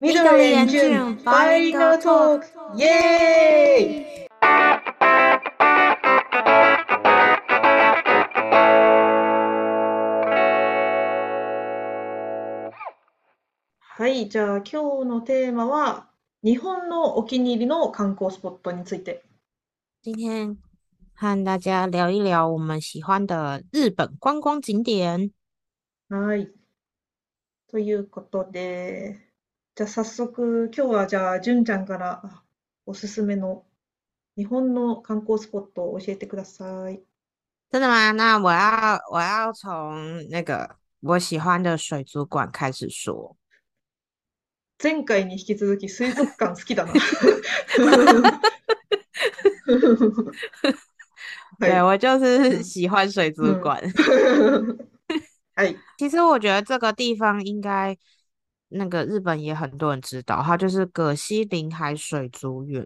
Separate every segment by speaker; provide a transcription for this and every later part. Speaker 1: ミドルンジュンバレリナトークイエーイはい、じゃあ今日のテーマは日本のお気に入りの観光スポットについて。
Speaker 2: 今天和大家聊一聊我们喜欢的日本观光景点。
Speaker 1: はい。ということで、じゃあ早速今日はじゃあ純ちゃんからあおすすめの日本の観光スポットを教えてください。
Speaker 2: 真的吗？那我要我要从那个我喜欢的水族馆开始说。
Speaker 1: 前回に引き続き水族館好きだ な。
Speaker 2: 对，
Speaker 1: はい。
Speaker 2: 我就是
Speaker 1: 嗯
Speaker 2: 喜欢水族
Speaker 1: 嗯
Speaker 2: 馆。
Speaker 1: はい。
Speaker 2: 其实我觉得这个地方应该那个日本也很多人知道，它就是葛西临海水族园。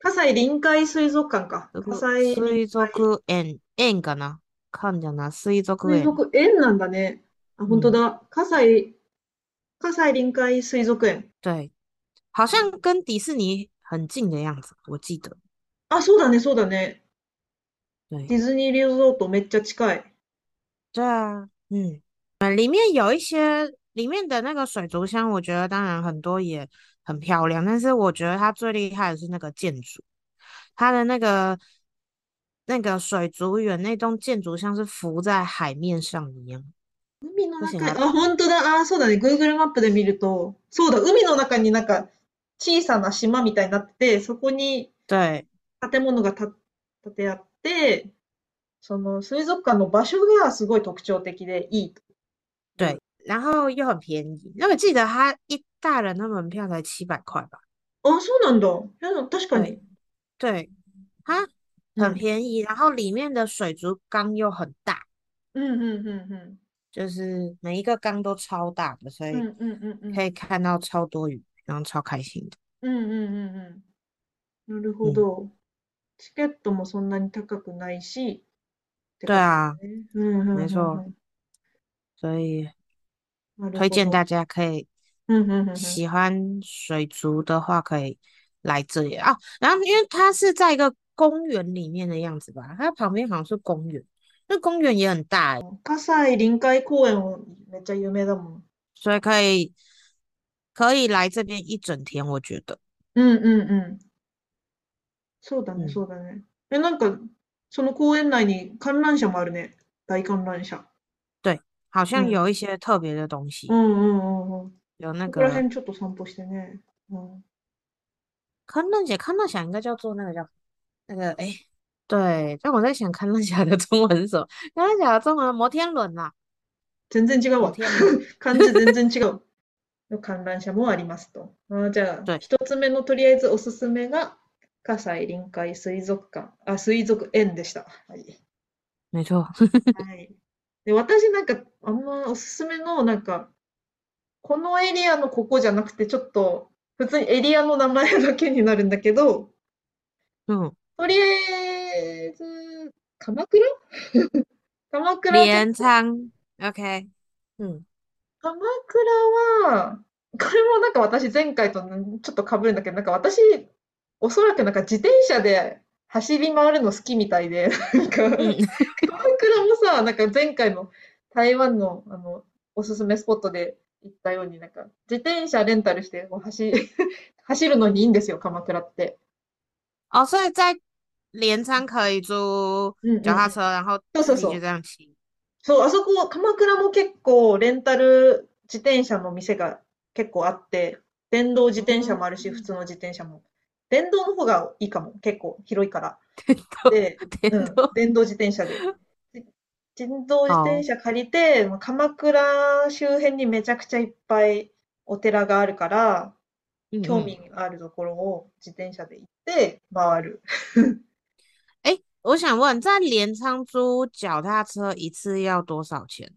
Speaker 1: 葛西臨海水族館か。
Speaker 2: 这个
Speaker 1: 葛西臨
Speaker 2: 水族園、園かな看着呢，水族
Speaker 1: 海水
Speaker 2: 園。
Speaker 1: 族園なんだね。あ、本当
Speaker 2: 嗯，
Speaker 1: だ。葛西、葛西臨海水族園。
Speaker 2: 对，好像跟迪士尼很近的样子，我记得。
Speaker 1: あ、そうだね、そうだね。
Speaker 2: 对。
Speaker 1: ディズニーリゾートめっちゃ近い。
Speaker 2: 对啊，嗯，呃，里面有一些里面的那个水族箱，我觉得当然很多也很漂亮，但是我觉得它最厉害的是那个建筑，它的那个那个水族园那栋建筑像是浮在海面上一样，啊
Speaker 1: 海の
Speaker 2: 而且
Speaker 1: 中、
Speaker 2: 还
Speaker 1: あ、本当だ。あ、そうだね。Google マップで見ると、そうだ。海の中になんか小さな島みたいになってて、そこに
Speaker 2: 对
Speaker 1: 建物がた建てあって、その水族館の場所がすごい特徴的でいいと。
Speaker 2: 对，然后又很便宜，那我记得它一大人的门票才七百块吧，
Speaker 1: あ、そうなんだ。いや確か
Speaker 2: 对
Speaker 1: に。
Speaker 2: 对，它
Speaker 1: う
Speaker 2: 很
Speaker 1: ん。
Speaker 2: 便宜，然后里面的水族缸又很大。
Speaker 1: うんうんうんうん。
Speaker 2: 就是每一个缸都超大的，所
Speaker 1: う
Speaker 2: 以
Speaker 1: んうんうんう
Speaker 2: 可
Speaker 1: ん。
Speaker 2: 以看到超多鱼，然后超开心的。
Speaker 1: うんうんうんうん。なるほ
Speaker 2: 嗯，
Speaker 1: ど。チケットもそんなに高くないし、ってこ
Speaker 2: 对
Speaker 1: とだ
Speaker 2: 啊，
Speaker 1: ね。うんうん
Speaker 2: 没
Speaker 1: うんう
Speaker 2: 错，
Speaker 1: ん。
Speaker 2: 所以
Speaker 1: なる
Speaker 2: 推
Speaker 1: ほ
Speaker 2: 荐
Speaker 1: ど。
Speaker 2: 大家可以
Speaker 1: うんうんうんうん。
Speaker 2: 喜欢水族的话，可以来这里啊。然后因为它是在一个公园里面的样子吧，它旁边好像是公园，那公园也很大欸，
Speaker 1: 葛西臨海公園はめっちゃ有名だもん。
Speaker 2: 所以可以可以来这边一整天，我觉得，
Speaker 1: うんうんうん。そうだね、
Speaker 2: 嗯。
Speaker 1: そうだね。え、なんか、その公園内に観覧車もあるね。大観覧車。
Speaker 2: 对，好
Speaker 1: う
Speaker 2: 像
Speaker 1: ん。
Speaker 2: 有一些特别的东
Speaker 1: う
Speaker 2: 西，
Speaker 1: んうんうんうん。
Speaker 2: 有那
Speaker 1: そこら
Speaker 2: 个。
Speaker 1: 辺ちょっと散歩してね。うん。
Speaker 2: 康乐姐，康乐侠应该叫做那个叫那个哎，诶对，但我在想康乐侠的中文是什么？康乐侠的中文摩天轮啦，
Speaker 1: 全然違う
Speaker 2: 摩
Speaker 1: わ。
Speaker 2: 天 轮，
Speaker 1: 漢字全然違う。の観覧車もありますと。あー、じゃあ、
Speaker 2: 对
Speaker 1: 一つ目のとりあえずおすすめが、葛西臨海水族館、あ、水族園でした。はい。
Speaker 2: 没错，
Speaker 1: はい。で、私なんか、あんまおすすめの、なんか、このエリアのここじゃなくて、ちょっと、普通にエリアの名前だけになるんだけど、
Speaker 2: 嗯，
Speaker 1: とりあえず、鎌倉 鎌倉ちょっ
Speaker 2: 镰
Speaker 1: と、
Speaker 2: 仓，OK，嗯，
Speaker 1: 鎌倉は、これもなんか私前回となんちょっと被るんだけど、なんか私、おそらくなんか自転車で走り回るの好きみたいで、なんか、鎌
Speaker 2: 嗯，
Speaker 1: 倉もさ、なんか前回の台湾の、あの、おすすめスポットで行ったように、なんか自転車レンタルしてこう走、 走るのにいいんですよ、鎌倉って。
Speaker 2: 哦，所以在镰仓可以租
Speaker 1: うん
Speaker 2: 脚
Speaker 1: うんう
Speaker 2: 踏
Speaker 1: ん。
Speaker 2: 车，然后
Speaker 1: そうそ
Speaker 2: 自
Speaker 1: うそ
Speaker 2: 己就
Speaker 1: う。
Speaker 2: 这样骑，
Speaker 1: そう、あそこ、鎌倉も結構レンタル自転車の店が結構あって、電動自転車
Speaker 2: 哦，
Speaker 1: もあるし、普通の自転車も。電動の方がいいかも、結構広いから。
Speaker 2: 电 动，
Speaker 1: で、
Speaker 2: 电
Speaker 1: うん、
Speaker 2: 动，
Speaker 1: 電動自転車で。で電動自転
Speaker 2: 好，
Speaker 1: 車借りて、まあ鎌倉周辺にめちゃくちゃいっぱいお寺があるから、
Speaker 2: 嗯
Speaker 1: 興
Speaker 2: 嗯，
Speaker 1: 味あるところを自転車で行って回る。
Speaker 2: 哎，我想问，在镰仓租脚踏车一次要多少钱？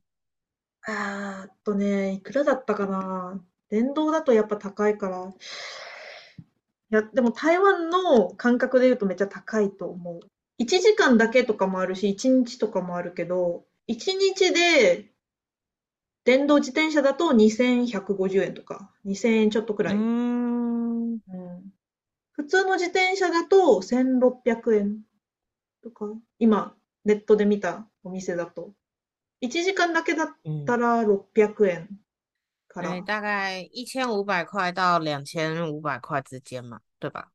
Speaker 1: あーっとね、いくらだったかな。電動だとやっぱ高いから。いや、でも台湾の感覚で言うとめっちゃ高いと思う。1時間だけとかもあるし、1日とかもあるけど、1日で電動自転車だと2150円とか、2000円ちょっとく
Speaker 2: う
Speaker 1: らい。
Speaker 2: ー
Speaker 1: う
Speaker 2: ん。
Speaker 1: ん普通の自転車だと1600円とか、今ネットで見たお店だと、1時間だけだっ
Speaker 2: 嗯
Speaker 1: たら600円か
Speaker 2: 哎，
Speaker 1: ら、
Speaker 2: 大概一千五百块到两千五百块之间嘛，对吧？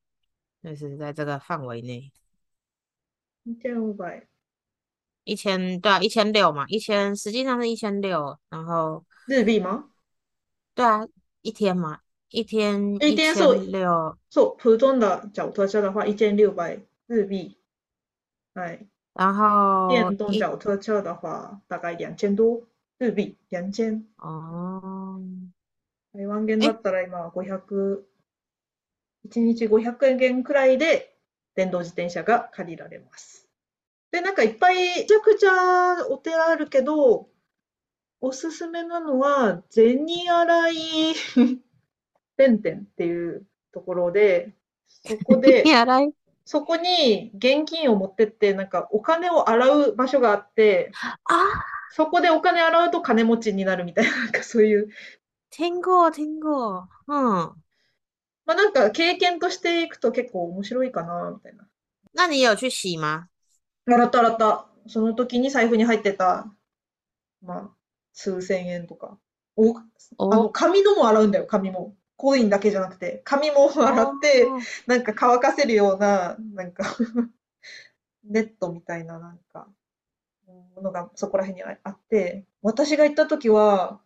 Speaker 2: 就是在这个范围内，
Speaker 1: 2500
Speaker 2: 一千，对啊，一千六嘛，一千，实际上是一千六，然后，
Speaker 1: 日币吗
Speaker 2: 对啊，一天嘛，一天
Speaker 1: 一
Speaker 2: 一
Speaker 1: 天そう
Speaker 2: 千六
Speaker 1: そう、普通的脚踏车的话1600日币。はい。
Speaker 2: 然后
Speaker 1: 电动
Speaker 2: 一
Speaker 1: 脚踏车的话大概2000多日币。2000。
Speaker 2: 哦，
Speaker 1: 台湾元
Speaker 2: 哎，
Speaker 1: だったら今500、1日500円くらいで電動自転車が借りられます。で、なんかいっぱいめちゃくちゃお寺あるけど、おすすめなのは銭 洗弁天っていうところで、そこ
Speaker 2: 你
Speaker 1: で、
Speaker 2: 要来
Speaker 1: そこに現金を持ってって、なんかお金を洗う場所があって、
Speaker 2: 啊？
Speaker 1: そこでお金洗うと金持ちになるみたいな、なんかそういう。
Speaker 2: 听过，听过，嗯，
Speaker 1: まあなんか経験としていくと結構面白いかな、みたいな。
Speaker 2: 那你有去洗吗？
Speaker 1: 洗った洗った。その時に財布に入ってた、まあ、数千円とか。お、あの、
Speaker 2: 哦
Speaker 1: 紙のも洗うんだよ、紙も。コインだけじゃなくて、紙も洗っ
Speaker 2: 哦，
Speaker 1: て、なんか乾かせるような、なんか ネットみたいな、なんか、ものがそこら辺にああって、私が行った時は、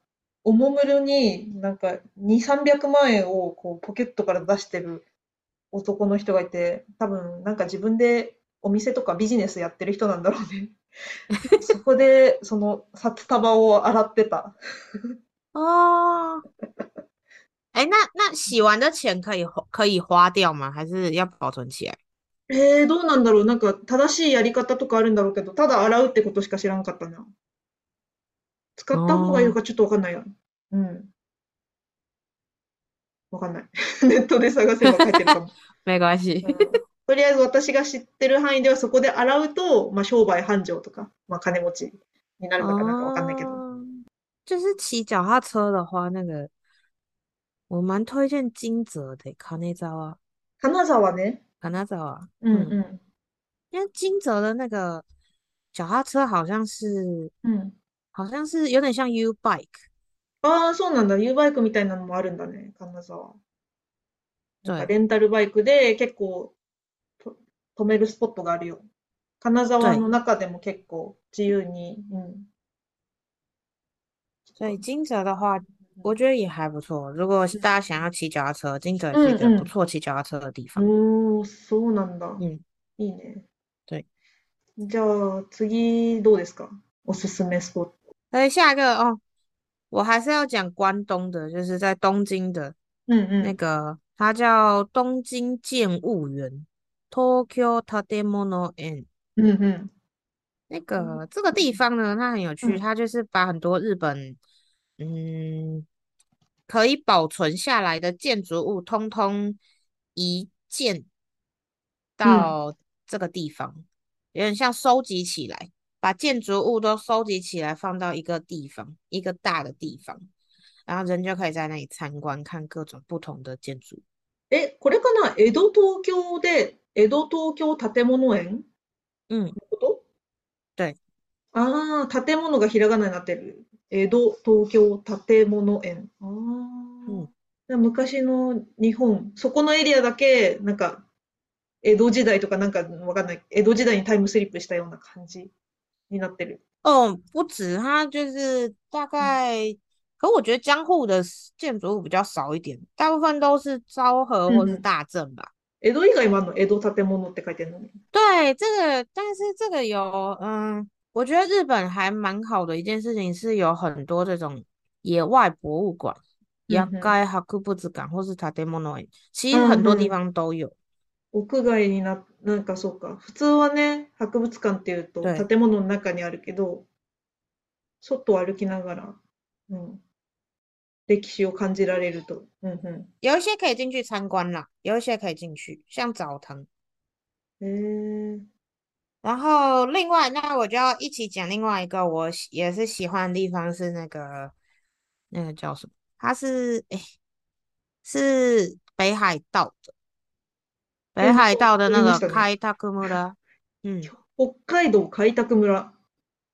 Speaker 1: おもむろになんか2、300万円をこうポケットから出してる男の人がいて、多分なんか自分でお店とかビジネスやってる人なんだろうね。 そこでその札束を洗ってた。
Speaker 2: 哦，哎，那那洗完的钱可以花可以花掉吗？还是要保存起来？
Speaker 1: えー、どうなんだろう。なんか正しいやり方とかあるんだろうけど、ただ洗うってことしか知らんかったな。使った方がいいの
Speaker 2: 哦，
Speaker 1: かちょっとわかんないよ。うん。わかんない。 ネットで探せば書いてるかも。
Speaker 2: 没 关
Speaker 1: う
Speaker 2: 系。
Speaker 1: ん。とりあえず私が知ってる範囲ではそこで洗うと、まあ、商売繁盛とか、まあ、金持ちになるのかなんかわかんないけど。
Speaker 2: 哦，就是骑脚踏车的话，那个我蛮推荐金泽的，卡内扎啊，
Speaker 1: 金沢ね。
Speaker 2: 卡纳扎啊，
Speaker 1: うん
Speaker 2: 嗯，
Speaker 1: う
Speaker 2: 因为金泽的那个脚踏车好像是
Speaker 1: ん。うん。
Speaker 2: 好像是有点像 U Bike，
Speaker 1: ああ、そうなんだ。U バイクみたいなのもあるんだね。金沢。なんか
Speaker 2: 对
Speaker 1: レンタルバイクで結構と止めるスポットがあるよ。金沢
Speaker 2: 对，
Speaker 1: の中でも結構自由に。うん。
Speaker 2: 所以金泽的话，我觉得也还不错。如果是大家想要骑脚踏车，金泽也
Speaker 1: う
Speaker 2: 是一
Speaker 1: ん
Speaker 2: 个
Speaker 1: う
Speaker 2: 不
Speaker 1: ん。
Speaker 2: 错骑脚踏车的地
Speaker 1: 嗯
Speaker 2: 方。
Speaker 1: おー、そうなんだ。
Speaker 2: 嗯，
Speaker 1: いいね。
Speaker 2: 对。
Speaker 1: じゃあ次どうですかおすすめスポット。
Speaker 2: 所以下一个哦，我还是要讲关东的，就是在东京的
Speaker 1: うん
Speaker 2: 那
Speaker 1: う
Speaker 2: 个，它叫东京建物园 （Tokyo Tatemono En）。
Speaker 1: ん。うんうん。
Speaker 2: 那
Speaker 1: うん
Speaker 2: 个这个地方呢，它很有
Speaker 1: う
Speaker 2: 趣，
Speaker 1: ん
Speaker 2: 它就是把很多日本嗯可以保存下来的建筑物，通通移建
Speaker 1: うん
Speaker 2: 到这个地方，有点像收集起来，把建筑物都收集起来，放到一个地方，一个大的地方，然后人就可以在那里参观，看各种不同的建筑。
Speaker 1: え、これかな江戸東京で、江戸東京建物園
Speaker 2: 嗯，
Speaker 1: のこと
Speaker 2: 对，
Speaker 1: ああー、建物がひらがなになってる。江戸東京建物園。ああ。
Speaker 2: 嗯，
Speaker 1: で昔の日本、そこのエリアだけ、なんか、江戸時代とかなんかわかんない。江戸時代にタイムスリップしたような感じになってる。
Speaker 2: 哦，不止，它就是大
Speaker 1: うん
Speaker 2: 概，可我觉得江户的 s- 建筑物比较少一点，大部分都是昭和
Speaker 1: うん
Speaker 2: 或
Speaker 1: う
Speaker 2: 是
Speaker 1: ん。
Speaker 2: 大正吧。
Speaker 1: 江戸以外もあるの江戸建物って書いてるのに。
Speaker 2: 对，这个，但是这个有，嗯，我觉得日本还蛮好的一件事情是有很多这种野外博物馆，
Speaker 1: うん
Speaker 2: 野
Speaker 1: う
Speaker 2: 外博物館或是建物園，
Speaker 1: ん。
Speaker 2: 其实很
Speaker 1: う
Speaker 2: 多
Speaker 1: んうん。
Speaker 2: 地方都有。
Speaker 1: 屋外にな、なんかそうか。普通はね、博物館っていうと
Speaker 2: 对
Speaker 1: 建物の中にあるけど、外を歩きながら、うん、歴史を感じられると。うんう
Speaker 2: 有一些可以进去参观啦，有一些可以进去，像澡堂。
Speaker 1: ん。へえ。
Speaker 2: 然后另外，那我就要一起讲另外一个我喜也是喜欢的地方是那个。那个叫什么？它是诶、是北海道的，北
Speaker 1: うん
Speaker 2: 海道的那
Speaker 1: 言いま
Speaker 2: 个
Speaker 1: したね
Speaker 2: 开拓村。嗯，
Speaker 1: 北海道開拓村。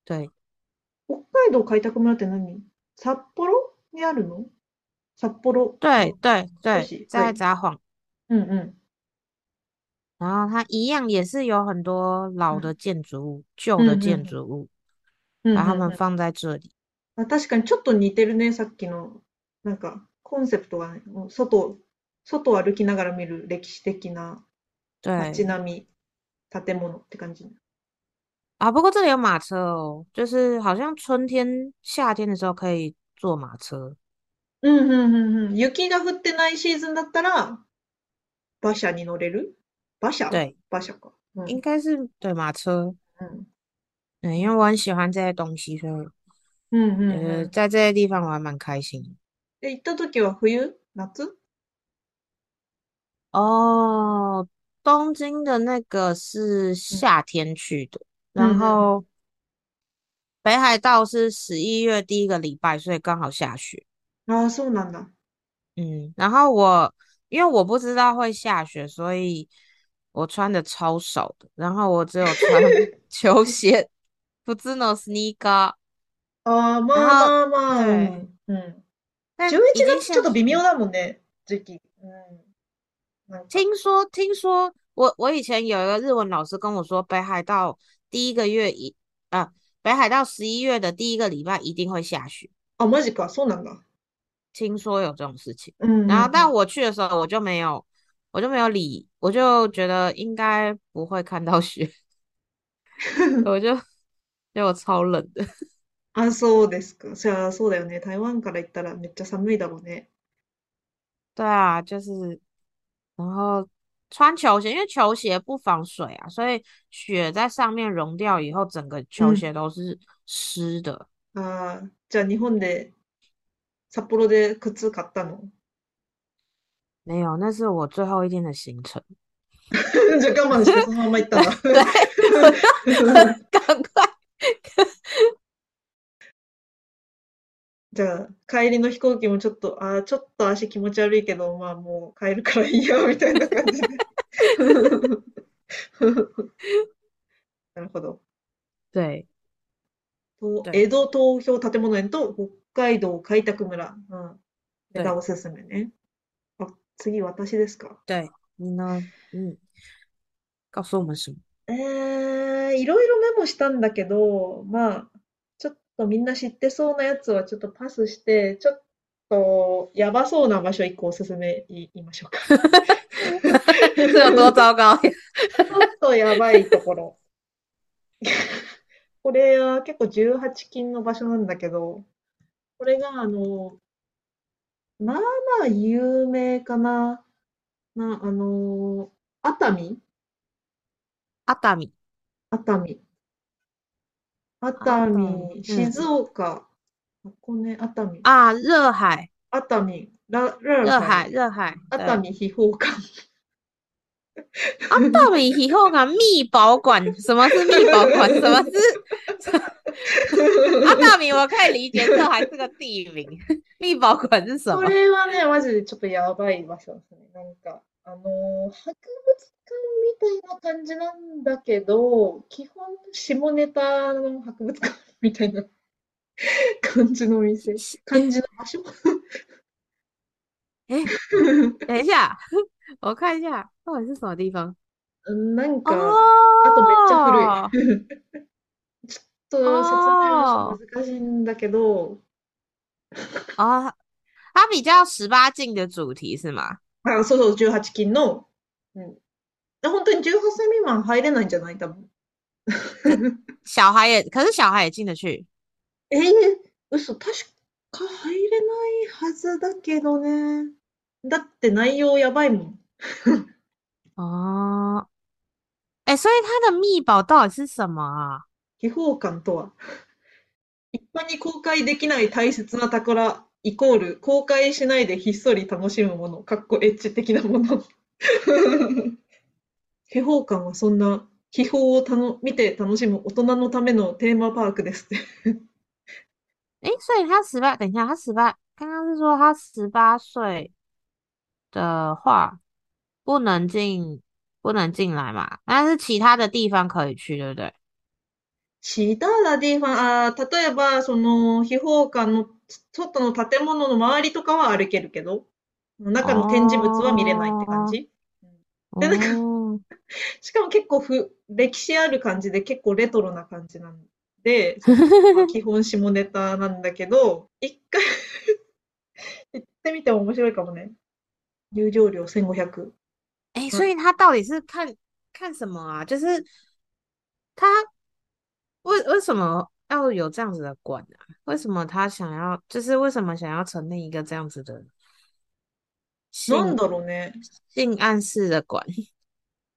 Speaker 2: 对，
Speaker 1: 北海道開拓村って何札幌にあるの札幌。
Speaker 2: 对对
Speaker 1: 少
Speaker 2: 对，
Speaker 1: し
Speaker 2: 在
Speaker 1: 对
Speaker 2: 札幌。
Speaker 1: うんうん。
Speaker 2: 然后它一样也是有很多老的建筑物、旧的
Speaker 1: 嗯
Speaker 2: 建
Speaker 1: 嗯
Speaker 2: 筑物，
Speaker 1: うん
Speaker 2: 把它
Speaker 1: うんう
Speaker 2: 们
Speaker 1: ん
Speaker 2: 放在这里。
Speaker 1: あ、確かにちょっと似てるね、さっきの。なんか、コンセプトがね、もう外、外を歩きながら見る歴史的な街
Speaker 2: 对
Speaker 1: 並み、建物って感じ。
Speaker 2: 啊，不过这里有马车哦，就是好像春天、夏天的时候可以坐马车。
Speaker 1: うんうんうんうん。雪が降ってないシーズンだったら、馬車に乗れる馬車
Speaker 2: 对，
Speaker 1: 馬車か。うん
Speaker 2: 应该是对马车。
Speaker 1: うん。
Speaker 2: 嗯，因为我很喜欢这些东西，所以
Speaker 1: うんうん
Speaker 2: 呃，
Speaker 1: うん。
Speaker 2: 在这些地方我还蛮开心的。
Speaker 1: で、行った時は冬夏
Speaker 2: 哦，东京的那个是
Speaker 1: うん
Speaker 2: 夏天去的，然
Speaker 1: うんうん。
Speaker 2: 后北海道是十一月第一个礼拜，所以刚好下雪。
Speaker 1: ああ、そうなんだ。
Speaker 2: 嗯，然后我因为我不知道会下雪，所以我穿的超少的，然后我只有穿 球鞋，普通のスニー カー，
Speaker 1: ああ、
Speaker 2: 然
Speaker 1: まあ
Speaker 2: 后
Speaker 1: まあまあ、う
Speaker 2: 对，
Speaker 1: ん。うん。
Speaker 2: 但
Speaker 1: 11
Speaker 2: 已经
Speaker 1: 月ちょ
Speaker 2: 下
Speaker 1: っと
Speaker 2: 雪。
Speaker 1: 微妙
Speaker 2: 嗯
Speaker 1: だもんね、時期。うん。なんか。
Speaker 2: 听说，听说，我我以前有一个日文老师跟我说，北海道第一个月一啊，北海道十一月的第一个礼拜一定会下雪，
Speaker 1: あ、マジか、そうなんだ。
Speaker 2: 听说有这种事情。
Speaker 1: うん
Speaker 2: 然
Speaker 1: う
Speaker 2: 后，
Speaker 1: んう
Speaker 2: 但
Speaker 1: ん。
Speaker 2: 我去的时候我就没有，我就没有理，我就觉得应该不会看到雪，我就结果超冷的。
Speaker 1: あ、そうですか。じゃあ、そうだよね。台湾から行ったらめっちゃ寒いだろうね。
Speaker 2: 对啊，就是然后穿球鞋，因为球鞋不防水啊，所以雪在上面融掉以后，整个
Speaker 1: う
Speaker 2: 球
Speaker 1: ん。
Speaker 2: 鞋都是湿的。
Speaker 1: ああ、じゃあ日本で、札幌で靴買ったの
Speaker 2: 没有，那是我最后一天的行 程。
Speaker 1: じゃあ我慢してそのまま行ったんだ。
Speaker 2: 对， 我就 赶快。
Speaker 1: じゃあ、帰りの飛行機もちょっと、ああ、ちょっと足気持ち悪いけど、まあもう帰るからいいや、みたいな感じで。なるほど。
Speaker 2: 对
Speaker 1: と江
Speaker 2: 对
Speaker 1: 戸東京建物園と北海道開拓村。うん。これが
Speaker 2: 对
Speaker 1: おすすめね。あ、次私ですか。
Speaker 2: 对，你呢？嗯，告诉我们什么？
Speaker 1: えー、いろいろメモしたんだけど、まあ、ちょっとみんな知ってそうなやつはちょっとパスして、ちょっとやばそうな場所一個おすすめい言いましょうか。
Speaker 2: 这有多糟糕呀？
Speaker 1: ちょっとやばいところ。これは結構18禁の場所なんだけど、これがあの、まあまあ有名かな。な、あのー熱海
Speaker 2: 阿达米
Speaker 1: 熱海。熱
Speaker 2: 阿达米，
Speaker 1: 海、
Speaker 2: 嗯
Speaker 1: 静岡、箱根、熱海、
Speaker 2: 啊，热海，
Speaker 1: 熱海、ラ、ララ
Speaker 2: 热
Speaker 1: ハイ、
Speaker 2: 海，热海，
Speaker 1: 熱
Speaker 2: 对，
Speaker 1: 海秘宝館。
Speaker 2: 阿达米以后港密保管，什么是密保管？什么是？阿达米我可以理解，这还是个地名，密保管是什
Speaker 1: こ
Speaker 2: 么？
Speaker 1: れはね、マジでちょっとやばい場所ですね。なんか、あのー博物館みたいな感じなんだけど、基本下ネタの博物館みたいな 感じのお店、感じの場所。
Speaker 2: 哎，等一下， 我看一下到底是什么地方。
Speaker 1: うん なんか、あとめっちゃ古い。
Speaker 2: 哦
Speaker 1: ちょっと説明はちょっ
Speaker 2: 哦
Speaker 1: と難しいんだけど、
Speaker 2: 哦，它比较十八禁的主题是吗？
Speaker 1: あ、そうそう、18禁の、うん。本当に18歳未満入れないんじゃない多分。
Speaker 2: 可小孩也，可是小孩也进得去。
Speaker 1: えー、嘘、確か入れないはずだけどね。だって内容やばいもん。
Speaker 2: 哦，哎，所以它的密保到底是什么啊？
Speaker 1: 秘宝館とは、一般に公開できない大切な宝、イコール、公開しないでひっそり楽しむもの、かっこエッチ的なもの。 秘宝館はそんな、秘宝をたの見て楽しむ大人のためのテーマパークですって。
Speaker 2: 哎，所以它十八，等一下，它十八，刚刚是说他十八岁的话不能进，不能进来嘛，但是其他的地方可以去，对不对？
Speaker 1: 其他な地方、あー、例えば、その、秘宝館の外の建物の周りとかは歩けるけど、中の展示物は見れないって感じ。で、なんか、
Speaker 2: 哦，
Speaker 1: しかも結構ふ、歴史ある感じで結構レトロな感じなん で、まあ、基本下ネタなんだけど、一回 行ってみても面白いかもね。入場料1500。
Speaker 2: 哎，所
Speaker 1: 嗯
Speaker 2: 以他到底是看看什么啊？就是他为为什么要有这样子的馆啊？为什么他想要，就是为什么想要成立一个这样子的
Speaker 1: なん
Speaker 2: 性
Speaker 1: だろうね。
Speaker 2: 性暗示的馆？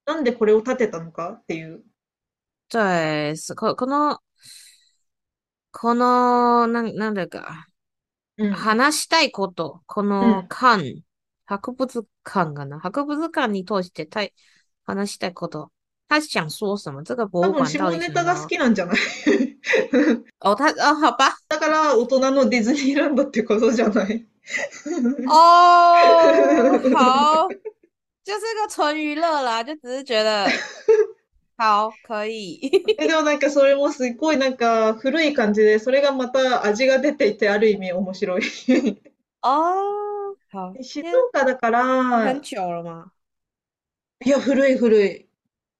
Speaker 1: なんでこれを建てたのかっていう。
Speaker 2: 对，是ここのこのなんなんだか
Speaker 1: うん。
Speaker 2: 話したいこと、こ
Speaker 1: う
Speaker 2: の
Speaker 1: ん。
Speaker 2: 館、博物館かな、博物館に通してたい話したいこと、他想说什么？这个博
Speaker 1: 多分
Speaker 2: 物馆
Speaker 1: 下
Speaker 2: 到底
Speaker 1: ネ
Speaker 2: 想
Speaker 1: タが好
Speaker 2: 要？
Speaker 1: きなんじゃない
Speaker 2: 哦，他哦，好 吧，
Speaker 1: だから大人のディズニーランドってことじゃない
Speaker 2: 哦，好，就是个纯娱乐啦，就只是 觉得好可以，
Speaker 1: え、でもなんかそれもすっごいなんか古い感じで、それがまた味が出ていてある意味面白い。
Speaker 2: 哦，好，
Speaker 1: 静
Speaker 2: 因为
Speaker 1: 岡だから、
Speaker 2: 很久了嘛，
Speaker 1: いや、古い古い。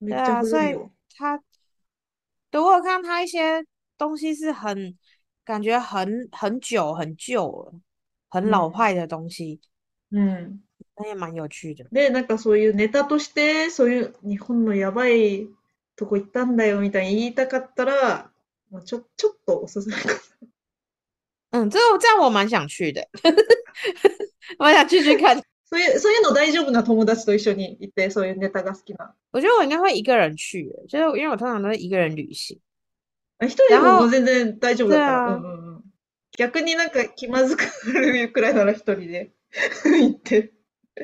Speaker 1: め
Speaker 2: 对
Speaker 1: っちゃ
Speaker 2: 啊，所
Speaker 1: 古い
Speaker 2: 以
Speaker 1: よ。
Speaker 2: 他。对，我有看他一些东西是很感觉很很久很旧了，很
Speaker 1: う
Speaker 2: 老
Speaker 1: ん。
Speaker 2: 派的东西，
Speaker 1: うん。
Speaker 2: 那也蛮有趣的。
Speaker 1: で、なんかそういうネタとして、そういう日本のやばいとこ行ったんだよみたいに言いたかったら、まあ、ちょ、ちょっとおすすめかな。
Speaker 2: 嗯，这个这样我蛮想去的， 我想去去看。
Speaker 1: そういう、そういうの大丈夫な友達と一緒に行って、そういうネタが好きな。
Speaker 2: 我觉得我应该会一个人去，就是因为我通常都是一个人旅行。
Speaker 1: あ一人で
Speaker 2: 然
Speaker 1: も
Speaker 2: 后，
Speaker 1: 全然大丈夫
Speaker 2: 对
Speaker 1: だから。うん
Speaker 2: 啊，
Speaker 1: うんうん。逆になんか気まずくなるくらいなら一人で 行って。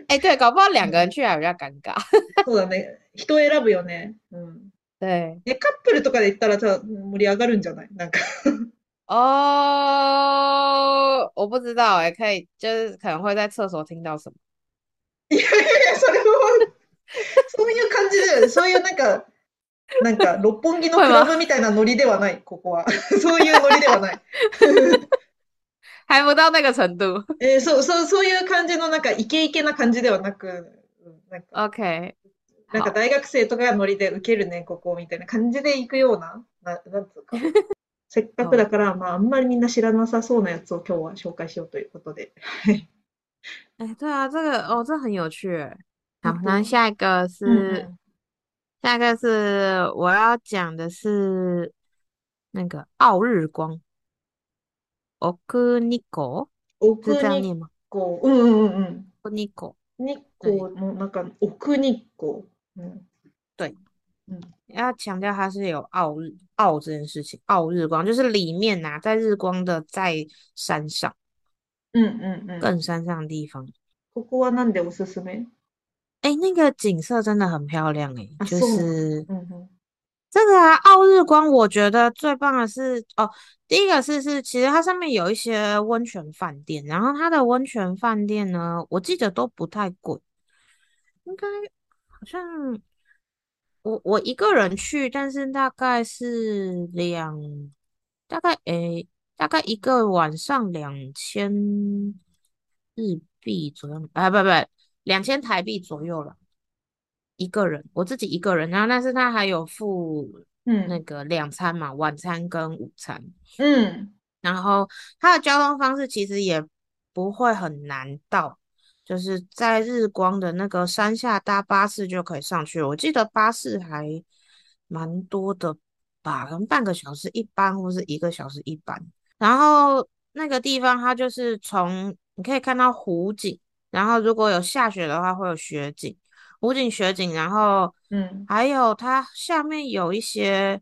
Speaker 2: 哎，对，搞不好
Speaker 1: う
Speaker 2: 两个人
Speaker 1: ん。
Speaker 2: 去还比较尴尬。
Speaker 1: そうだね。人選ぶよね。うん。
Speaker 2: 对，
Speaker 1: で、カップルとかで行ったらさ、盛り上がるんじゃないなんか
Speaker 2: 哦，我不知道哎，可以，就是可能会在厕所听到什么。
Speaker 1: いやいやいや、それは、そういう感じだよね。そういうなんか、なんか、六本木の
Speaker 2: 会
Speaker 1: クラ
Speaker 2: 吗？
Speaker 1: ブみたいなノリではない、ここは。 そういうノリではない。
Speaker 2: 还不到那个程度。
Speaker 1: えーそう、そう、そういう感じの、なんか、イケイケな感じではなく、うんなんか、
Speaker 2: OK，
Speaker 1: なんか
Speaker 2: 好。
Speaker 1: 大学生とかがノリで受けるね、ここ、みたいな感じで行くような、な、なんつうか。せっかく
Speaker 2: 哦。
Speaker 1: だから、まあ、あんまりみんな知らなさそうなやつを今日は紹介しようということで。はい。
Speaker 2: 哎，对啊，这个哦，这很有趣欸。
Speaker 1: あ
Speaker 2: 好，那
Speaker 1: と、
Speaker 2: 下一个
Speaker 1: うん
Speaker 2: 是
Speaker 1: う
Speaker 2: 下一个是我要讲的是那个奥日光 （Okunigo）
Speaker 1: ん。
Speaker 2: 是
Speaker 1: 奥
Speaker 2: 这样
Speaker 1: 日
Speaker 2: 念吗
Speaker 1: 光、うんうんうんうん。
Speaker 2: ？Okunigo，
Speaker 1: 日
Speaker 2: 对
Speaker 1: 光の中の奥日光。うん。
Speaker 2: 对，
Speaker 1: うん。
Speaker 2: 要强调它是有奥日奥这件事情。奥日光就是里面呐、在日光的在山上
Speaker 1: うんうんうん。
Speaker 2: 更山上的地方，
Speaker 1: ここはなんでおすすめ
Speaker 2: 哎，那个景色真的很漂亮哎，
Speaker 1: あ、
Speaker 2: 就
Speaker 1: そうなんだ。う
Speaker 2: 是。
Speaker 1: んうん。
Speaker 2: 这个啊，奥日光，我觉得最棒的是哦，第一个是是，其实它上面有一些温泉饭店，然后它的温泉饭店呢，我记得都不太贵，应该好像我我一个人去，但是大概是两，大概诶，大概一个晚上两千日币左右，啊不不，两千台币左右了。一个人，我自己一个人，然后但是他还有付
Speaker 1: う
Speaker 2: 那
Speaker 1: ん。
Speaker 2: 个两餐嘛，晚餐跟午餐。
Speaker 1: うん。
Speaker 2: 然后它的交通方式其实也不会很难到，就是在日光的那个山下搭巴士就可以上去了。我记得巴士还蛮多的吧，可能半个小时一班或是一个小时一班。然后那个地方它就是从你可以看到湖景，然后如果有下雪的话会有雪景，湖景雪景，然后
Speaker 1: うん。
Speaker 2: 还有它下面有一些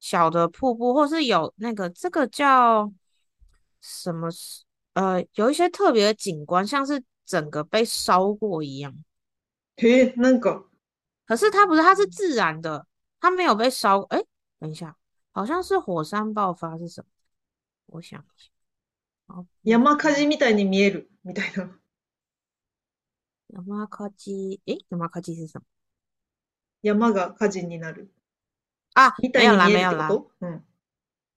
Speaker 2: 小的瀑布，或是有那个这个叫什么是？呃，有一些特别的景观，像是整个被烧过一样。
Speaker 1: へえ、なんか、
Speaker 2: 可是它不是，它是自然的，它没有被烧。哎，等一下，好像是火山爆发是什么？我想一下，
Speaker 1: 山火事みたいに見えるみたいな。
Speaker 2: 山火事、诶，山火事是什么？
Speaker 1: 山が火事になる。
Speaker 2: 啊，
Speaker 1: みたい
Speaker 2: 没有
Speaker 1: に
Speaker 2: 啦，
Speaker 1: 見えるってこ
Speaker 2: 没有啦。
Speaker 1: とうん。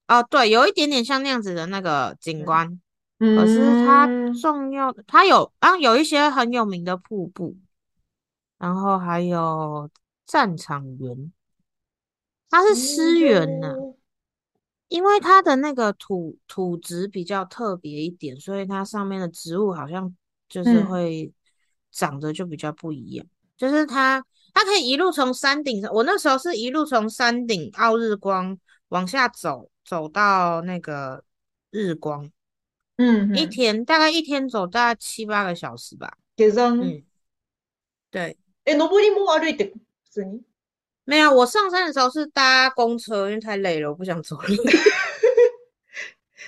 Speaker 2: 哦，对，有一点点像那样子的那个景
Speaker 1: 嗯
Speaker 2: 观，
Speaker 1: う
Speaker 2: 可是它
Speaker 1: ーん。
Speaker 2: 重要的，它有啊，有一些很有名的瀑布，然后还有战场园，它是
Speaker 1: そう
Speaker 2: 私园
Speaker 1: い
Speaker 2: 呐、
Speaker 1: う。
Speaker 2: 因为它的那个土土质比较特别一点，所以它上面的植物好像就
Speaker 1: う
Speaker 2: 是
Speaker 1: ん。
Speaker 2: 会长得就比较不一样。就是它，它可以一路从山顶上，我那时候是一路从山顶奥日光往下走，走到那个日光，
Speaker 1: うんう
Speaker 2: 一
Speaker 1: ん。
Speaker 2: 天大概一天走大概七八个小时吧。
Speaker 1: 下山。
Speaker 2: 嗯，对，
Speaker 1: え、登りも歩いてく普通に。
Speaker 2: 没有，我上山的时候是搭公车，因为太累了，我不 想走路。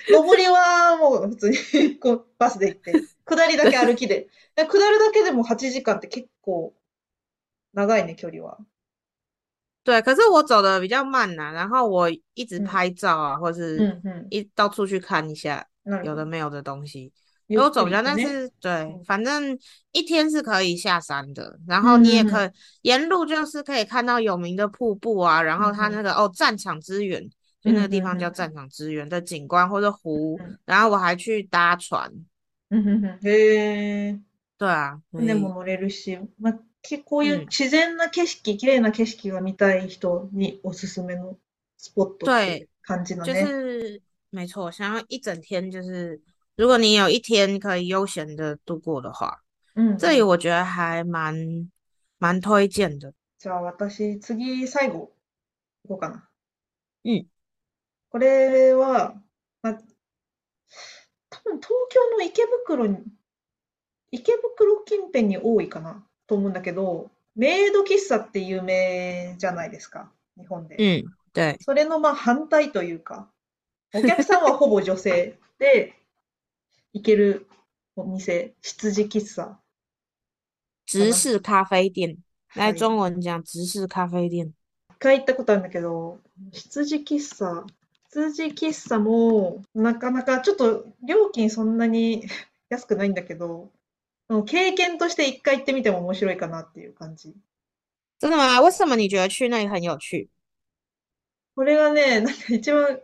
Speaker 1: 上りはもう普通に こうバスで行って、下りだけ歩き で。で下るだけでも8時間って結構長いね、距離は。
Speaker 2: 对，可是我走的比较慢呐、然后我一直
Speaker 1: うん、
Speaker 2: 拍照啊，或
Speaker 1: う
Speaker 2: 是
Speaker 1: ん、う
Speaker 2: 一到处去看一下
Speaker 1: ん。なる
Speaker 2: 有
Speaker 1: ほ
Speaker 2: 的
Speaker 1: ど。
Speaker 2: 没有的东西，
Speaker 1: ゆ
Speaker 2: 所
Speaker 1: っ
Speaker 2: 以我走
Speaker 1: くり
Speaker 2: 比较，
Speaker 1: と
Speaker 2: 但
Speaker 1: ね。
Speaker 2: 是
Speaker 1: う
Speaker 2: 对，
Speaker 1: ん、
Speaker 2: 反正一天是可以下山的，然
Speaker 1: う
Speaker 2: 后你也
Speaker 1: ん、う
Speaker 2: 可以
Speaker 1: ん、
Speaker 2: 沿路就是可以看到有名的瀑布啊，然
Speaker 1: う
Speaker 2: 后
Speaker 1: ん、
Speaker 2: 它那个哦战场之源，
Speaker 1: う
Speaker 2: 所以
Speaker 1: ん、
Speaker 2: 那个
Speaker 1: う
Speaker 2: 地
Speaker 1: ん、
Speaker 2: 方
Speaker 1: う
Speaker 2: 叫
Speaker 1: ん、
Speaker 2: 战场之源的景观或者湖，
Speaker 1: うん、
Speaker 2: 然后我还去搭船，
Speaker 1: うんうんうんへえ。
Speaker 2: 对啊，所
Speaker 1: 船も
Speaker 2: 以
Speaker 1: 乗れるし、まあ、けこういう
Speaker 2: 嗯，
Speaker 1: 自然な景色、綺麗な景色が見たい人におすすめのスポットって
Speaker 2: 对。
Speaker 1: 感じだ
Speaker 2: 就
Speaker 1: ね。
Speaker 2: 是没错，想要一整天，就是如果你有一天可以悠闲的度过的话，
Speaker 1: うんう
Speaker 2: 这里
Speaker 1: ん。
Speaker 2: 我觉得还蛮蛮推荐的。
Speaker 1: じゃあ私、次、最後、いこうかな。
Speaker 2: 嗯，
Speaker 1: これは、まあ、多分東京の池袋に、池袋近辺に多いかなと思うんだけど、メイド喫茶って有名じゃないですか、日本で。
Speaker 2: 嗯，对，
Speaker 1: それのまあ反対というか、お客さんはほぼ女性で、行けるお店、羊喫茶か
Speaker 2: 直
Speaker 1: な。
Speaker 2: 视咖啡店，来
Speaker 1: はい。
Speaker 2: 中文讲直视咖啡店。
Speaker 1: 一回行ったことあるんだけど、羊喫茶、羊喫茶も、なかなかちょっと料金そんなに 安くないんだけど、うん経験として一回行ってみても面白いかなっていう感じ。
Speaker 2: 真的吗？为什么你觉得去那里很有趣？
Speaker 1: これがね、 なんか一番、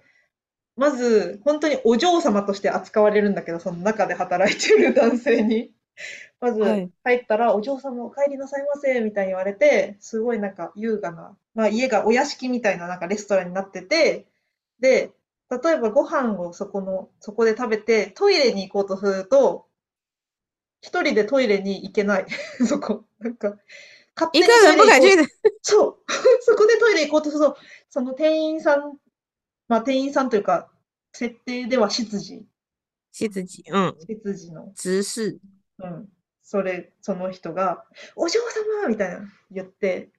Speaker 1: まず、本当にお嬢様として扱われるんだけど、その中で働いてる男性に。 ま
Speaker 2: は
Speaker 1: ず
Speaker 2: い。
Speaker 1: 入ったら、お嬢様お帰りなさいませ、みたいに言われて、すごいなんか優雅な、まあ家がお屋敷みたいななんかレストランになってて、で、例えばご飯をそこの、そこで食べて、トイレに行こうとすると、一人でトイレに行けない。 そこ。なんか、勝
Speaker 2: 一
Speaker 1: 手
Speaker 2: 个
Speaker 1: にトイ
Speaker 2: 人
Speaker 1: レ行
Speaker 2: 不敢
Speaker 1: こう。
Speaker 2: 去。
Speaker 1: そう。 そこでトイレ行こうとすると、その店員さん、まあ店員さんというか、設定では執事、
Speaker 2: 是自己，嗯，
Speaker 1: 執事の
Speaker 2: 直 视，
Speaker 1: うん。それ、その人が、お嬢様みたいな言って、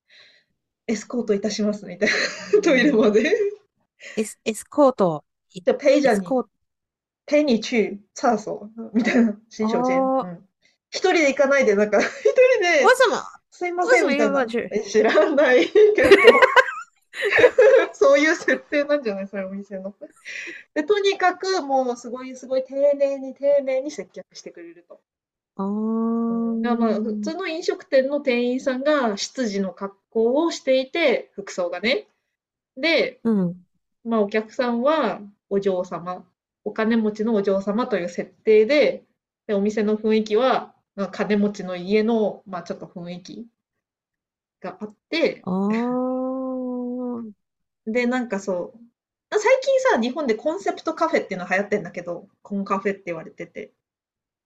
Speaker 1: エスコートいたしますみたいな。トイ
Speaker 2: 嗯
Speaker 1: レまで。
Speaker 2: es escort，
Speaker 1: じゃあ、陪着に、
Speaker 2: escort，
Speaker 1: 陪你去厕所みたいな。新小姐。う
Speaker 2: 哦，
Speaker 1: ん。一人で行かないで、なんか、 一人
Speaker 2: 为
Speaker 1: で、
Speaker 2: 什么
Speaker 1: すいま
Speaker 2: 为
Speaker 1: せん
Speaker 2: 什么
Speaker 1: み
Speaker 2: 一
Speaker 1: たいな。
Speaker 2: 个人不能去？
Speaker 1: え、知らないけど、 そういう設定なんじゃないそれお店の。で、とにかく、もう、すごい、すごい、丁寧に、丁寧に接客してくれると。うんだからまあ、普
Speaker 2: 哦，
Speaker 1: 通の飲食店の店員さんが執事の格好をしていて、服装がね。で、
Speaker 2: 嗯。
Speaker 1: まあ、お客さんはお嬢様、お金持ちのお嬢様という設定で、で、お店の雰囲気は、まあ、金持ちの家の、まあ、ちょっと雰囲気があって、
Speaker 2: 哦，
Speaker 1: で、なんかそう、あ最近さ、日本でコンセプトカフェっていうの流行ってんだけど、コンカフェって言われてて。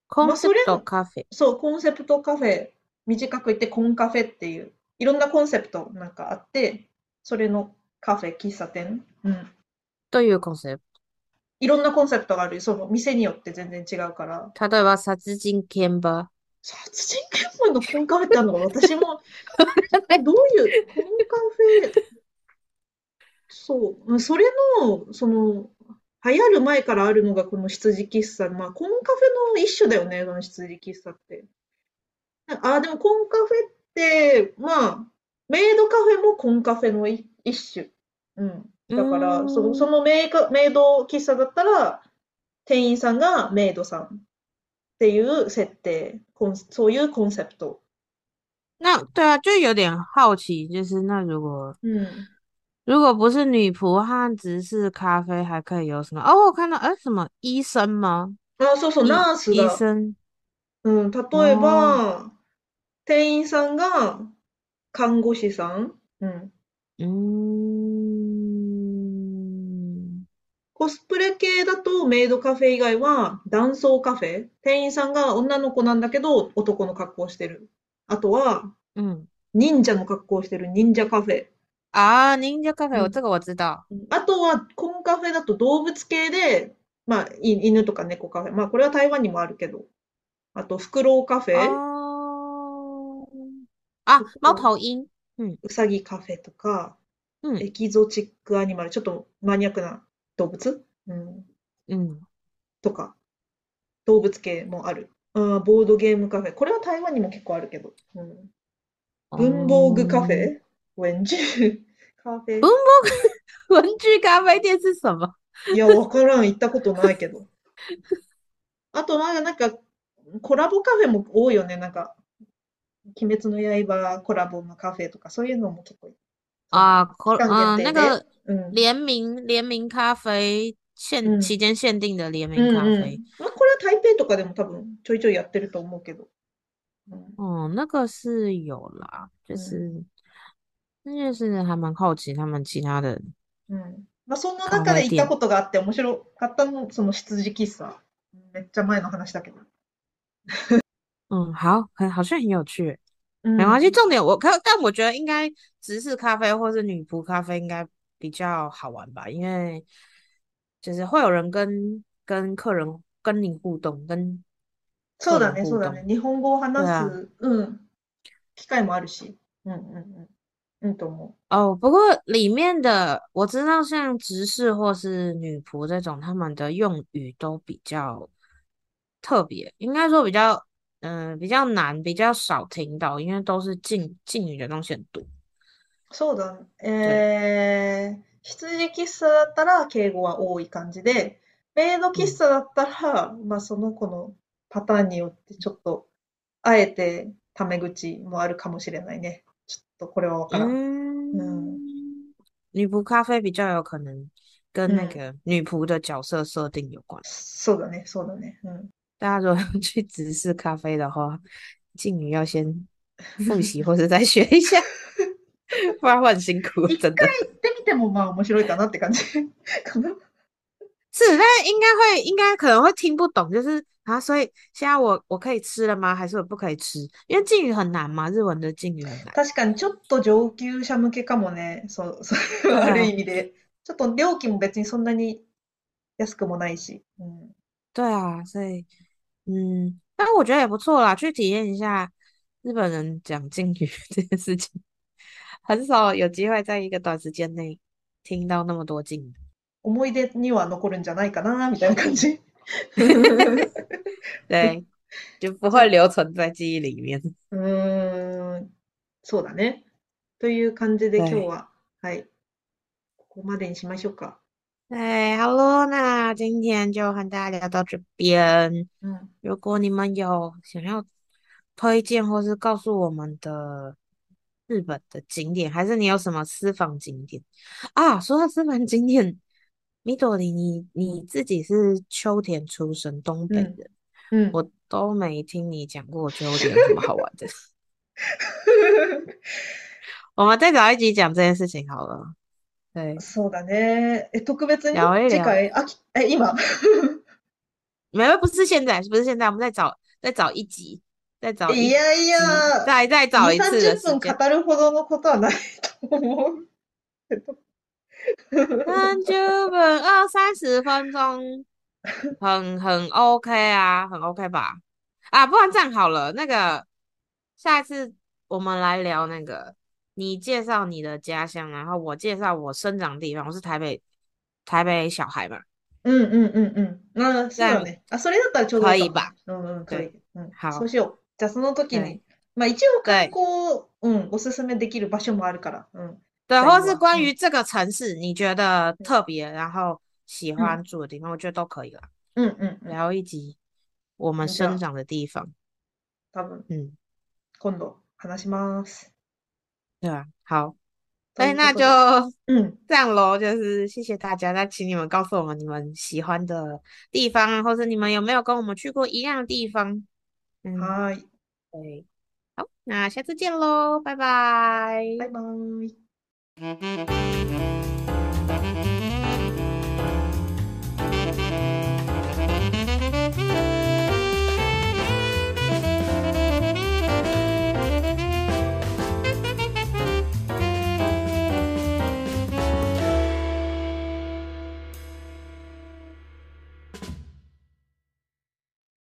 Speaker 2: コ
Speaker 1: ま
Speaker 2: ン
Speaker 1: あ、
Speaker 2: セ
Speaker 1: それ
Speaker 2: プト
Speaker 1: も、
Speaker 2: カフェ。
Speaker 1: そう、コンセプトカフェ、短く言ってコンカフェっていう、いろんなコンセプトなんかあって、それのカフェ、喫茶店、うん、
Speaker 2: というコンセプト。
Speaker 1: いろんなコンセプトがある、その店によって全然違うから、
Speaker 2: 例えば、殺人現場。
Speaker 1: 殺人現場のコンカフェってあるのか、私も、どういう、コンカフェ、そう、うんそれの、その、流行る前からあるのがこの羊喫茶、まあ、コンカフェの一種だよね、その羊喫茶って。ああ、でもコンカフェって、まあ、メイドカフェもコンカフェのい一種。うん。
Speaker 2: う
Speaker 1: だから、その、
Speaker 2: ー
Speaker 1: そ
Speaker 2: ん。
Speaker 1: のメイカ、メイド喫茶だったら、店員さんがメイドさんっていう設定、コンそういうコンセプト。
Speaker 2: 那对啊，就有点好奇，就是那如果
Speaker 1: うん。
Speaker 2: 如果不是女仆和直视咖啡，还可以有什么？哦，我看到，呃，什么医生吗？
Speaker 1: あ、そうそう、
Speaker 2: 医
Speaker 1: ナース
Speaker 2: 医
Speaker 1: が。
Speaker 2: 生
Speaker 1: うん、例えば、店員さんが看護師さん、うん、
Speaker 2: 嗯，
Speaker 1: コスプレ系だとメイドカフェ以外は男装カフェ、店員さんが女の子なんだけど男の格好をしてる。あとは
Speaker 2: 嗯
Speaker 1: 忍者の格好をしてる忍者カフェ。
Speaker 2: 啊，您就咖啡，我
Speaker 1: 嗯
Speaker 2: 这个我知道。
Speaker 1: うんあとはコンカフェだと動物系で、まあ、い犬とか猫カフェ。まあ、これは台湾にもあるけど。あと、フクロウカフェ、
Speaker 2: 哦，啊，
Speaker 1: 不
Speaker 2: 猫
Speaker 1: 过
Speaker 2: 头鹰，嗯
Speaker 1: ウサギカフェとか、
Speaker 2: 嗯
Speaker 1: エキゾチックアニマル、ちょっとマニアックな動物、うん、
Speaker 2: 嗯，
Speaker 1: とか、動物系もある。あーボードゲームカフェ。これは台湾にも結構あるけど。うん文房具カフ
Speaker 2: 哦
Speaker 1: ェ、 文具カフェ。
Speaker 2: 文具咖啡店是什么？
Speaker 1: いや、わからん。行ったことないけど。あとは、なんか、コラボカフェも多いよね。なんか、鬼滅の刃コラボのカフェとか、そういうのも結構、
Speaker 2: 啊，可
Speaker 1: 期
Speaker 2: 啊，
Speaker 1: 間限定
Speaker 2: 那个
Speaker 1: で。うん。
Speaker 2: 联名联名咖啡限
Speaker 1: 嗯
Speaker 2: 期间限定的
Speaker 1: う
Speaker 2: 联名
Speaker 1: ん
Speaker 2: 咖
Speaker 1: う
Speaker 2: 啡，
Speaker 1: ん。まあ、これは台北とかでも多分ちょいちょいやってると思うけど。うん。
Speaker 2: 哦、那个是有啦，就
Speaker 1: 嗯
Speaker 2: 是那就是还蛮好奇他们其他的
Speaker 1: うん。まあ、そんな
Speaker 2: 咖
Speaker 1: 中で行っ
Speaker 2: 啡
Speaker 1: た
Speaker 2: 店。
Speaker 1: ことがあって面白かったの、その羊喫茶。めっちゃ前の話だけど。
Speaker 2: 嗯，好，很好像很有趣，
Speaker 1: う
Speaker 2: 没关系。
Speaker 1: ん。
Speaker 2: 重点我可，但我觉得应该直视咖啡或是女仆咖啡应该比较好玩吧，因为就是会有人跟跟客人跟你互动，跟
Speaker 1: そうだ
Speaker 2: 客
Speaker 1: ね、
Speaker 2: 人互
Speaker 1: そうだね。
Speaker 2: 动。
Speaker 1: 日本語を
Speaker 2: 对
Speaker 1: 話
Speaker 2: 啊。
Speaker 1: す、うん、機会もあるし。うんうんうん。うんと思
Speaker 2: 哦，不过里面的我知道，像执事或是女仆这种，他们的用语都比较特别，应该说比较，嗯、比较难，比较少听到，因为都是敬敬语的东西很多。
Speaker 1: う。そうだね。
Speaker 2: 对，
Speaker 1: えー、羊喫茶だったら敬語は多い感じで、メイド喫
Speaker 2: 嗯
Speaker 1: 茶だったら、まあその子のパターンによってちょっと、あえてタメ口もあるかもしれないね。ちょっとこれはわからん。うん。
Speaker 2: 嗯，女仆咖啡比较有可能跟
Speaker 1: う
Speaker 2: 那
Speaker 1: ん。
Speaker 2: 个女仆的角色设定有关。
Speaker 1: そうだね、そうだね。 うん。
Speaker 2: 大家如果要去执事咖啡的话，敬语要先复习或是再学一下， 不然会很辛苦，
Speaker 1: 一
Speaker 2: 真的。
Speaker 1: 回行ってみてもまあ面白いかなって感じかな。
Speaker 2: 是，但应该会，应该可能会听不懂，就是啊，所以现在我我可以吃了吗？还是我不可以吃？因为敬语很难嘛，日文的敬语很难。
Speaker 1: 確かにちょっと上級者向けかもね、そう、 そういう
Speaker 2: 对
Speaker 1: ある意
Speaker 2: 啊，
Speaker 1: 味で。ちょっと料金も別にそんなに安くもないし。うん。
Speaker 2: 对啊，所以嗯，但我觉得也不错啦，去体验一下日本人讲敬语 这件事情，很少有机会在一个短时间内听到那么多敬语。
Speaker 1: 思い出には残るんじゃないかな、みたいな感じ。
Speaker 2: 对，就不
Speaker 1: じゃ
Speaker 2: 会
Speaker 1: あ、
Speaker 2: 留存在记忆里面。
Speaker 1: うーん、そうだね。という感じで今日
Speaker 2: 对。
Speaker 1: は、はい、ここまでにしましょうか。
Speaker 2: 哎，Hello，那今天就和大家聊到这边。
Speaker 1: うん。
Speaker 2: 如果你们有想要推荐或是告诉我们的日本的景点，还是你有什么私房景点啊？说到私房景点，米朵里，你你自己是秋田出生，
Speaker 1: う
Speaker 2: 东北
Speaker 1: ん。
Speaker 2: 人，
Speaker 1: うん。
Speaker 2: 我都没听你讲过秋田有什么好玩的。我们再找一集讲这件事情好了。对，
Speaker 1: そうだね。え、特別に
Speaker 2: 聊一
Speaker 1: 次
Speaker 2: 聊。
Speaker 1: 回、秋、え、今
Speaker 2: 没有，不是现在，不是现在，我们再找，再找一集，再找
Speaker 1: い
Speaker 2: 一
Speaker 1: やい
Speaker 2: 集，
Speaker 1: や、
Speaker 2: 再再找
Speaker 1: 2、
Speaker 2: 一次的
Speaker 1: 30
Speaker 2: 时
Speaker 1: 分
Speaker 2: 间。
Speaker 1: 語るほどのことはないと思うけど。
Speaker 2: 三十分二三十分钟，很很 OK 啊，很 OK 吧？啊，不然这样好了，那个下一次我们来聊那个，你介绍你的家乡，然后我介绍我生长的地方，我是台北台北小孩嘛，
Speaker 1: うんうんうんうん。ああ、
Speaker 2: 这
Speaker 1: そうだ
Speaker 2: 样
Speaker 1: ね。あ、それだったらちょうどい
Speaker 2: 可
Speaker 1: いか
Speaker 2: 以
Speaker 1: もね。
Speaker 2: 吧？
Speaker 1: うんうん、可
Speaker 2: 对，
Speaker 1: 以。うん、そう
Speaker 2: 好，
Speaker 1: しよう。じゃあその時
Speaker 2: 对
Speaker 1: に、まあ一応観
Speaker 2: 对
Speaker 1: 光、うん、おすすめできる場所もあるから、うん、
Speaker 2: 对，
Speaker 1: 最
Speaker 2: 或
Speaker 1: 後
Speaker 2: 是
Speaker 1: は。う
Speaker 2: 关
Speaker 1: ん、
Speaker 2: 于这个城市你觉得
Speaker 1: うん、
Speaker 2: 特别，然后喜
Speaker 1: うん
Speaker 2: 欢住的地方，我觉得都可以了。
Speaker 1: 嗯うんうん。
Speaker 2: 聊一集我们
Speaker 1: じゃ
Speaker 2: 生
Speaker 1: あ、
Speaker 2: 长的地方。
Speaker 1: 多分
Speaker 2: 嗯，
Speaker 1: 今度話します。
Speaker 2: 对啊，好，
Speaker 1: と
Speaker 2: 所
Speaker 1: い
Speaker 2: 以
Speaker 1: うこ
Speaker 2: 那
Speaker 1: と
Speaker 2: 就
Speaker 1: で、うん、
Speaker 2: 这样喽，就是谢谢大家。那请你们告诉我们你们喜欢的地方啊，或是你们有没有跟我们去过一样的地方？嗯，
Speaker 1: はーい。
Speaker 2: 对，好，那下次见喽，拜拜。
Speaker 1: バイバーイ。